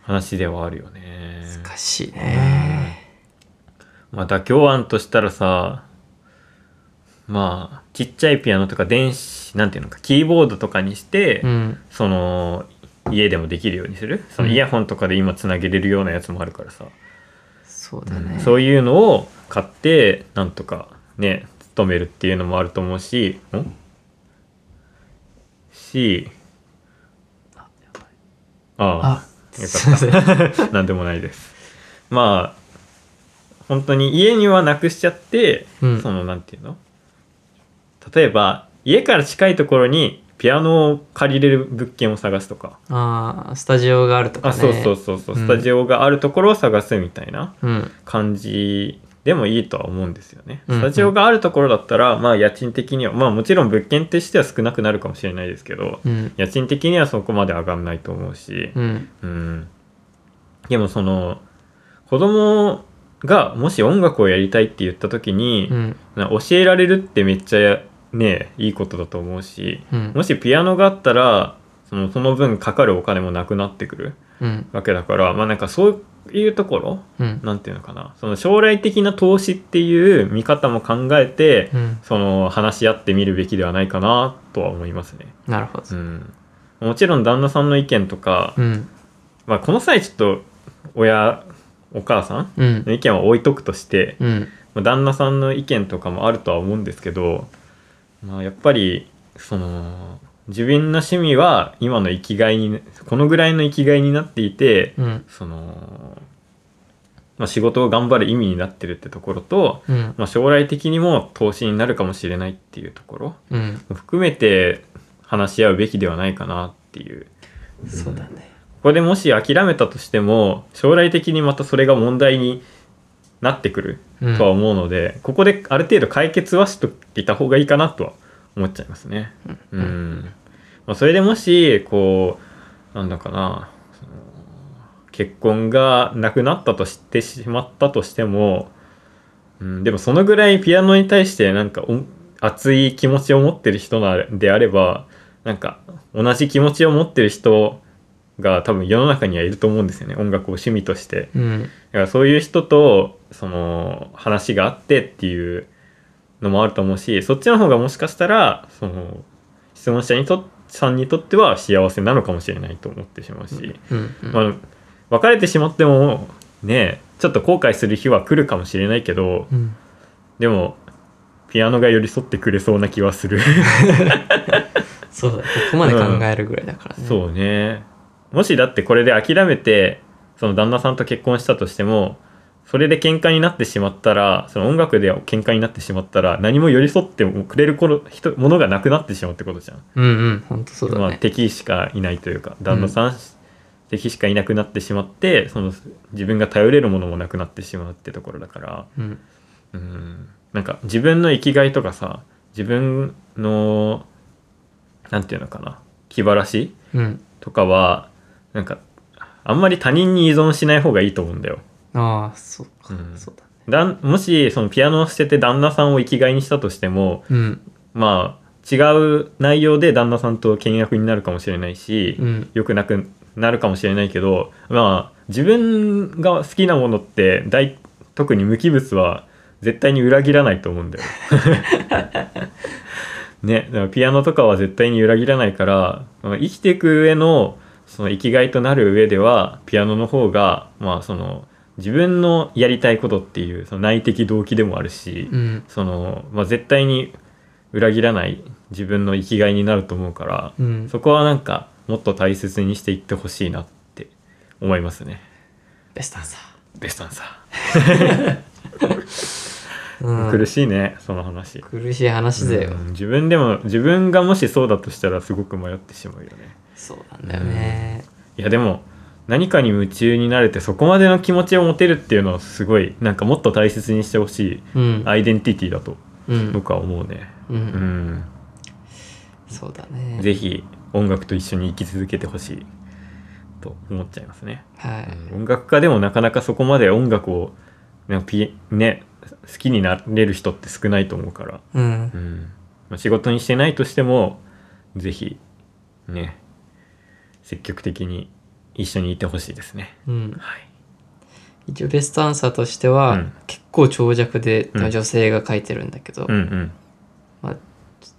Speaker 2: 話ではあるよね。
Speaker 1: 難しいね
Speaker 2: まあ妥協案としたらさまあちっちゃいピアノとか電子なんていうのかキーボードとかにして、
Speaker 1: うん
Speaker 2: その家でもできるようにするその
Speaker 1: うん
Speaker 2: イヤホンとかで今つなげれるようなやつもあるからさ、
Speaker 3: そうだね。
Speaker 2: そういうのを買ってなんとかね勤めるっていうのもあると思うしんしあ
Speaker 3: あ、
Speaker 2: よかった
Speaker 3: すいません。う
Speaker 2: あなんでもないですまあ本当に家にはなくしちゃって、
Speaker 3: うん
Speaker 2: そのなんていうの例えば家から近いところにピアノを借りれる物件を探すとか
Speaker 3: ああ、スタジオがあるとか
Speaker 2: あ
Speaker 3: ね。
Speaker 2: そうそうそうそう、
Speaker 3: うん
Speaker 2: スタジオがあるところを探すみたいな
Speaker 3: うん。
Speaker 2: 感じでもいいとは思うんですよね。
Speaker 3: うんう
Speaker 2: ス
Speaker 3: ん
Speaker 2: タジオがあるところだったら、まあ家賃的には、まあもちろん物件としては少なくなるかもしれないですけど、
Speaker 3: うん。
Speaker 2: 家賃的にはそこまで上がんないと思うし、
Speaker 3: うん。
Speaker 2: うん。でもその、子供がもし音楽をやりたいって言った時に、
Speaker 3: うん。
Speaker 2: な教えられるってめっちゃね、いいことだと思うし、
Speaker 3: うん。
Speaker 2: もしピアノがあったら、そのその分かかるお金もなくなってくる
Speaker 3: うん。
Speaker 2: わけだから、まあなんかそういうところ、
Speaker 3: うん。
Speaker 2: なんていうのかなその将来的な投資っていう見方も考えて、
Speaker 3: うん。
Speaker 2: その話し合ってみるべきではないかなとは思いますね。
Speaker 3: なるほど
Speaker 2: う。ん、もちろん旦那さんの意見とか、
Speaker 3: うん。
Speaker 2: まあ、この際ちょっと親お母さん
Speaker 3: うん。
Speaker 2: の意見は置いとくとして、
Speaker 3: うん。
Speaker 2: まあ旦那さんの意見とかもあるとは思うんですけど、まあ、やっぱりその自分の趣味は今の生きがいにこのぐらいの生きがいになっていて、
Speaker 3: うん。
Speaker 2: その、まあ、仕事を頑張る意味になってるってところと、
Speaker 3: うん。
Speaker 2: まあ、将来的にも投資になるかもしれないっていうところ
Speaker 3: うん。
Speaker 2: も含めて話し合うべきではないかなっていう
Speaker 3: そうだね。
Speaker 2: ここでもし諦めたとしても将来的にまたそれが問題になってくる
Speaker 3: うん
Speaker 2: とは思うので、ここである程度解決はしといた方がいいかなとは思っちゃいますね。
Speaker 3: うん
Speaker 2: うんまあ、それでもしこうなんだかなその結婚がなくなったとしてしまったとしても、うん、でもそのぐらいピアノに対してなんかお熱い気持ちを持ってる人ならであればなんか同じ気持ちを持ってる人が多分世の中にはいると思うんですよね音楽を趣味として。
Speaker 3: うん。
Speaker 2: だからそういう人とその話があってっていうのもあると思うしそっちの方がもしかしたらその質問者にとさんにとっては幸せなのかもしれないと思ってしまうし、
Speaker 3: うん。うん
Speaker 2: まあ、別れてしまってもねちょっと後悔する日は来るかもしれないけど
Speaker 3: うん。
Speaker 2: でもピアノが寄り添ってくれそうな気はす る。
Speaker 3: そうだね。ここまで考えるぐらいだからね。
Speaker 2: そうねもしだってこれで諦めてその旦那さんと結婚したとしてもそれで喧嘩になってしまったらその音楽で喧嘩になってしまったら何も寄り添ってもくれる頃人ものがなくなってしまうってことじゃん、
Speaker 3: うんうん。本当そうだ
Speaker 2: まあ、
Speaker 3: ね。
Speaker 2: 敵しかいないというか旦那さん、敵しかいなくなってしまってその自分が頼れるものもなくなってしまうってところだから
Speaker 3: うん。
Speaker 2: うんなんか自分の生きがいとかさ自分のなんていうのかな気晴らし
Speaker 3: うん。
Speaker 2: とかはなんかあんまり他人に依存しない方がいいと思うんだよ。
Speaker 3: ああ、そうか
Speaker 2: う。ん
Speaker 3: そうだね。
Speaker 2: だんもしそのピアノを捨てて旦那さんを生きがいにしたとしても
Speaker 3: うん。
Speaker 2: まあ違う内容で旦那さんと倹約になるかもしれないし、
Speaker 3: うん。
Speaker 2: 良くなくなるかもしれないけどまあ自分が好きなものって大特に無機物は絶対に裏切らないと思うんだ よ。ね、だからピアノとかは絶対に裏切らないからまあ生きていく上のその生きがいとなる上ではピアノの方が、まあ、その自分のやりたいことっていうその内的動機でもあるし、
Speaker 3: うん。
Speaker 2: そのまあ、絶対に裏切らない自分の生きがいになると思うから、
Speaker 3: うん。
Speaker 2: そこはなんかもっと大切にしていってほしいなって思いますね。
Speaker 3: ベストアンサ
Speaker 2: ベストアンサ
Speaker 3: ー。
Speaker 2: ー。
Speaker 3: うん。
Speaker 2: 苦しいね、その話。
Speaker 3: 苦しい話だよ
Speaker 2: う。ん自分でも自分がもしそうだとしたらすごく迷ってしまうよね。
Speaker 3: そうなんだよね。
Speaker 2: いやでも何かに夢中になれてそこまでの気持ちを持てるっていうのはすごいなんかもっと大切にしてほし
Speaker 3: うん
Speaker 2: い。アイデンティティだと
Speaker 3: うん。
Speaker 2: 僕は思うね。
Speaker 3: う。
Speaker 2: うんん。
Speaker 3: そうだね。
Speaker 2: ぜひ音楽と一緒に生き続けてほしいと思っちゃいますね。
Speaker 3: はい。
Speaker 2: 音楽家でもなかなかそこまで音楽をねピね好きになれる人って少ないと思うから、
Speaker 3: うん
Speaker 2: う。んまあ、仕事にしてないとしてもぜひね積極的に一緒にいてほしいですね。
Speaker 3: うん。
Speaker 2: はい、
Speaker 3: 一応ベストアンサーとしては、
Speaker 2: うん
Speaker 3: 結構長尺で、
Speaker 2: うん
Speaker 3: 女性が書いてるんだけど、
Speaker 2: うんうん
Speaker 3: まあ、ちょっ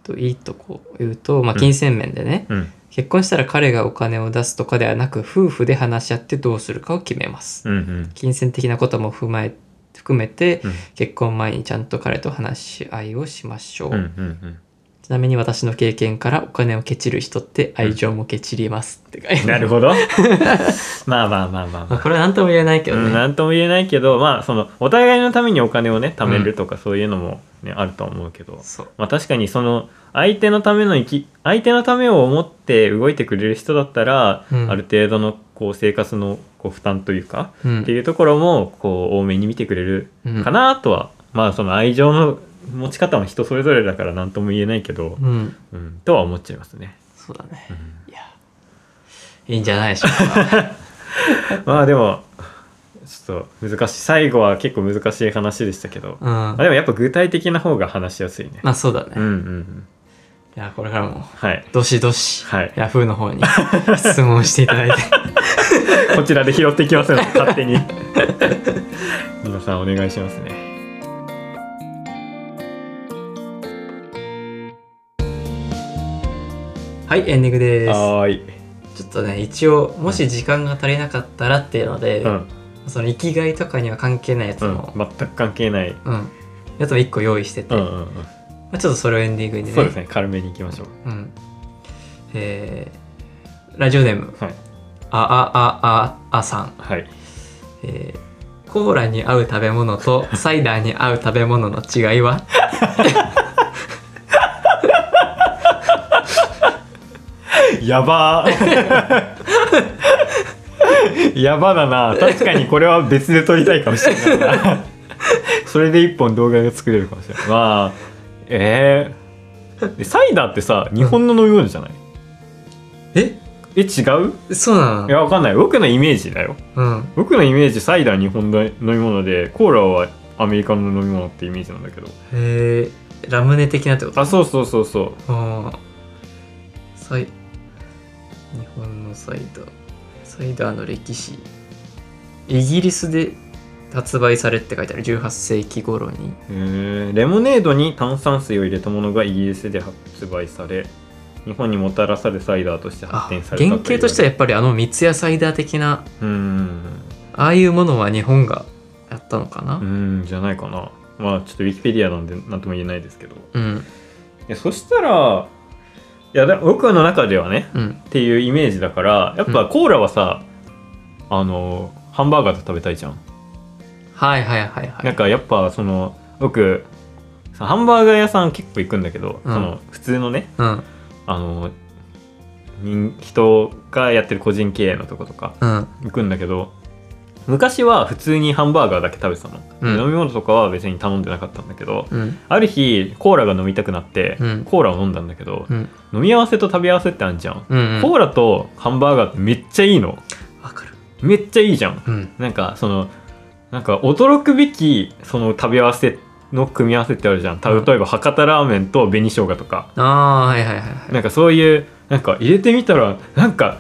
Speaker 3: といいとこ言うと、まあ、金銭面でね、
Speaker 2: うん
Speaker 3: 結婚したら彼がお金を出すとかではなく夫婦で話し合ってどうするかを決めます、
Speaker 2: うんうん
Speaker 3: 金銭的なことも踏まえ含めて、
Speaker 2: うん
Speaker 3: 結婚前にちゃんと彼と話し合いをしましょう、
Speaker 2: うんうん
Speaker 3: ちなみに私の経験からお金をケチる人って愛情もケチりますって書いてあ
Speaker 2: うんなるほど まあまあまあまあま
Speaker 3: まあ
Speaker 2: あ
Speaker 3: これは何とも言えないけど
Speaker 2: う
Speaker 3: ね、
Speaker 2: ん、なんとも言えないけどまあそのお互いのためにお金をね貯めるとかそういうのも、ねあると思うけど、
Speaker 3: そう
Speaker 2: まあ、確かにその相手のための生き相手のためを思って動いてくれる人だったら、
Speaker 3: うん
Speaker 2: ある程度のこう生活のこう負担というか、
Speaker 3: うん
Speaker 2: っていうところもこう多めに見てくれる
Speaker 3: うん
Speaker 2: かなとは、まあその愛情の持ち方も人それぞれだから何とも言えないけど、
Speaker 3: うん
Speaker 2: うん、とは思っちゃいますね。
Speaker 3: そうだね
Speaker 2: うん
Speaker 3: いやいいんじゃないでしょうか
Speaker 2: まあでもちょっと難しい最後は結構難しい話でしたけど、
Speaker 3: うん
Speaker 2: ま あ、でもやっぱ具体的な方が話しやすいね。
Speaker 3: まあそうだね、
Speaker 2: うん
Speaker 3: い
Speaker 2: うんうん、
Speaker 3: やこれからも
Speaker 2: はい
Speaker 3: どしどし、
Speaker 2: はい
Speaker 3: ヤフーの方に質問していただいて
Speaker 2: こちらで拾ってき ますので勝手に皆さんお願いしますね。
Speaker 3: はいエンディングです
Speaker 2: はーい、
Speaker 3: ちょっとね一応もし時間が足りなかったらっていうので、
Speaker 2: うん
Speaker 3: その生きがいとかには関係ないやつ
Speaker 2: う
Speaker 3: も、
Speaker 2: ん、全く関係ない、
Speaker 3: うんやつも1個用意してて、
Speaker 2: うんう
Speaker 3: ま
Speaker 2: んうん
Speaker 3: あ、ちょっとそれをエンディングにね
Speaker 2: そうですね軽めにいきましょう。
Speaker 3: うんえーラジオネーム
Speaker 2: はい
Speaker 3: あああああさん、
Speaker 2: はい、
Speaker 3: えーコーラに合う食べ物と サイダーに合う食べ物の違いは
Speaker 2: やばー やばだな確かにこれは別で撮りたいかもしれない なそれで一本動画が作れるかもしれないまあえーでサイダーってさ日本の飲み物じゃない、
Speaker 3: え
Speaker 2: え違う
Speaker 3: そうないの
Speaker 2: やわかんない僕のイメージだよ
Speaker 3: うん
Speaker 2: 僕のイメージサイダー日本の飲み物でコーラはアメリカの飲み物ってイメージなんだけど
Speaker 3: えーラムネ的なってこと
Speaker 2: あそうそうそうそ
Speaker 3: ああサイ日本のサイダーサイダーの歴史イギリスで発売されって書いてある18世紀頃に
Speaker 2: う、えーレモネードに炭酸水を入れたものがイギリスで発売され日本にもたらされサイダーとして
Speaker 3: あ
Speaker 2: 発展
Speaker 3: 原
Speaker 2: された
Speaker 3: 型としてはやっぱりあの三ツ矢サイダー的な
Speaker 2: うーん
Speaker 3: ああいうものは日本がやったのかな
Speaker 2: うーんじゃないかなまあちょっとウィキペディアなんで何とも言えないですけどい
Speaker 3: うん
Speaker 2: やそしたらいやだ僕の中ではね
Speaker 3: うん
Speaker 2: っていうイメージだからやっぱコーラはさ、あのハンバーガーと食べたいじゃん
Speaker 3: はいはいはいは
Speaker 2: なん
Speaker 3: い
Speaker 2: かやっぱその僕さハンバーガー屋さん結構行くんだけど、
Speaker 3: うん
Speaker 2: その普通のね
Speaker 3: うん
Speaker 2: あの人人がやってる個人経営のとことか
Speaker 3: うん
Speaker 2: 行くんだけど昔は普通にハンバーガーだけ食べてたの、
Speaker 3: うん
Speaker 2: 飲み物とかは別に頼んでなかったんだけど、
Speaker 3: うん
Speaker 2: ある日コーラが飲みたくなって、
Speaker 3: うん
Speaker 2: コーラを飲んだんだけど、
Speaker 3: うん
Speaker 2: 飲み合わせと食べ合わせってあるじゃん、
Speaker 3: うんうん
Speaker 2: コーラとハンバーガーってめっちゃいいの
Speaker 3: わかる
Speaker 2: めっちゃいいじゃん
Speaker 3: うん
Speaker 2: なんかそのなんか驚くべきその食べ合わせの組み合わせってあるじゃんた
Speaker 3: うん
Speaker 2: 例えば博多ラーメンと紅生姜とか、
Speaker 3: ああはいはいはいはい
Speaker 2: なんかそういうなんか入れてみたらなんか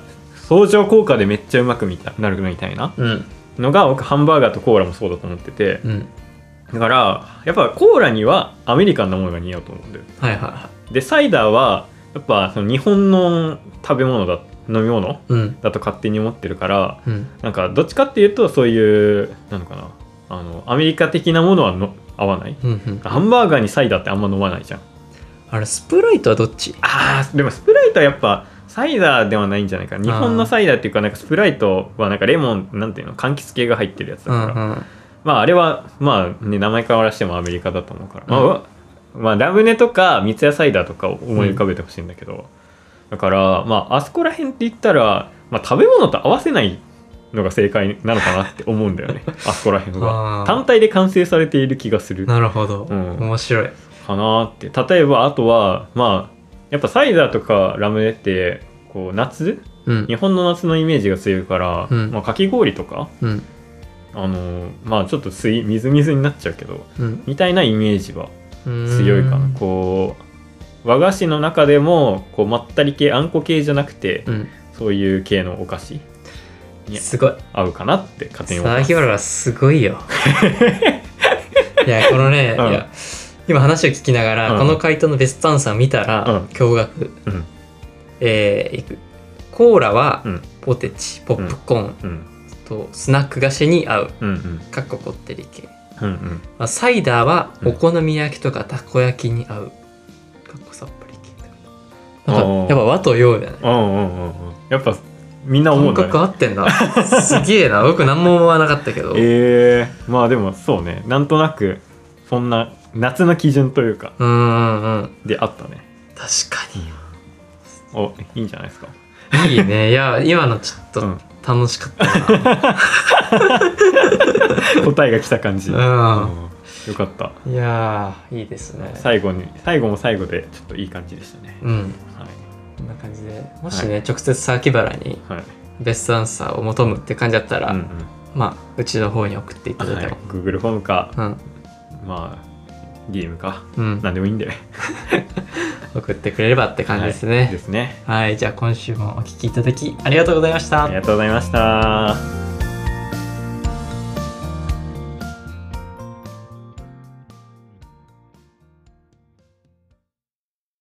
Speaker 2: 相乗効果でめっちゃうまくみたなるみたいな
Speaker 3: うん
Speaker 2: のが僕ハンバーガーとコーラもそうだと思ってて
Speaker 3: うん
Speaker 2: だからやっぱコーラにはアメリカンなものが似合うと思うんだよ
Speaker 3: はいはいは
Speaker 2: でサイダーはやっぱその日本の食べ物だ飲み物
Speaker 3: いうん
Speaker 2: だと勝手に思ってるから
Speaker 3: うん
Speaker 2: なんかどっちかっていうとそういうなのかなあのアメリカ的なものはの合わない
Speaker 3: うんうん
Speaker 2: ハンバーガーにサイダーってあんま飲まないじゃん
Speaker 3: あれスプライトはどっち
Speaker 2: あーでもスプライトはやっぱサイダーではないんじゃないかな日本のサイダーっていうかなんかスプライトはなんかレモンなんていうの柑橘系が入ってるやつだ
Speaker 3: う
Speaker 2: から、
Speaker 3: んうん
Speaker 2: まああれはまあね名前変わらしてもアメリカだと思うから、まあまあラムネとか三ツ矢サイダーとかを思い浮かべてほしいんだけど、だからまああそこら辺って言ったら、まあ、食べ物と合わせないのが正解なのかなって思うんだよ ねあそこら辺
Speaker 3: あ
Speaker 2: は
Speaker 3: ー
Speaker 2: 単体で完成されている気がする
Speaker 3: なるほど、
Speaker 2: うん
Speaker 3: 面白い
Speaker 2: かなって例えばあとはまあやっぱサイダーとかラムネってこう夏
Speaker 3: うん
Speaker 2: 日本の夏のイメージが強いから、
Speaker 3: うん
Speaker 2: まあ、かき氷とか
Speaker 3: うん
Speaker 2: あのまあちょっと水みずみずになっちゃうけど
Speaker 3: うん
Speaker 2: みたいなイメージは強
Speaker 3: 強
Speaker 2: いかなこう和菓子の中でもこうまったり系あんこ系じゃなくて、
Speaker 3: うん、
Speaker 2: そういう系のお菓子に
Speaker 3: すごい
Speaker 2: 合うかなって勝手に思いま
Speaker 3: 佐
Speaker 2: す
Speaker 3: 々木原はすごいよいやこのね、
Speaker 2: うん
Speaker 3: いや今話を聞きながら、
Speaker 2: うん
Speaker 3: この回答のベストアンサーを見た
Speaker 2: う
Speaker 3: ら、
Speaker 2: ん
Speaker 3: 驚愕、
Speaker 2: うん
Speaker 3: えーいくコーラは
Speaker 2: うん
Speaker 3: ポテチ、ポップコーン
Speaker 2: うん
Speaker 3: とスナック菓子に合う
Speaker 2: うんうん
Speaker 3: かっここってり系、
Speaker 2: うんうん
Speaker 3: まあ、サイダーは
Speaker 2: うん
Speaker 3: お好み焼きとかたこ焼きに合うかっこさっぱり系
Speaker 2: あ
Speaker 3: なんかや
Speaker 2: ー
Speaker 3: っぱ和と洋じゃない
Speaker 2: うんうんうんうんやっぱみんな思う
Speaker 3: 感
Speaker 2: んだね
Speaker 3: 覚合ってんだすげえな僕何も思わなかったけど、
Speaker 2: ええまあでもそうねなんとなくそんな夏の基準というか
Speaker 3: うーんうん
Speaker 2: であったね
Speaker 3: 確か
Speaker 2: おいいんじゃないですか
Speaker 3: にいいねいや今のちょっ
Speaker 2: う
Speaker 3: と
Speaker 2: ん
Speaker 3: 楽しかったな、答
Speaker 2: 答えが来た感じ、
Speaker 3: う
Speaker 2: うん
Speaker 3: ん
Speaker 2: よかった
Speaker 3: いやーいいですね
Speaker 2: 最後に最後も最後でちょっといい感じでしたね、
Speaker 3: うん
Speaker 2: はい
Speaker 3: こんな感じでもしね、直接さきばらに
Speaker 2: はい
Speaker 3: ベストアンサーを求むって感じだったら、
Speaker 2: うんうん
Speaker 3: まあうちの方に送っていただい
Speaker 2: は
Speaker 3: て
Speaker 2: い
Speaker 3: も、、
Speaker 2: Google フォームかまあ DM か
Speaker 3: うん、うん、
Speaker 2: 何でもいいんで
Speaker 3: 送ってくれればって感じですね、
Speaker 2: ですね
Speaker 3: はい、じゃあ今週もお聞きいただきありがとうございました
Speaker 2: あり。がとうございました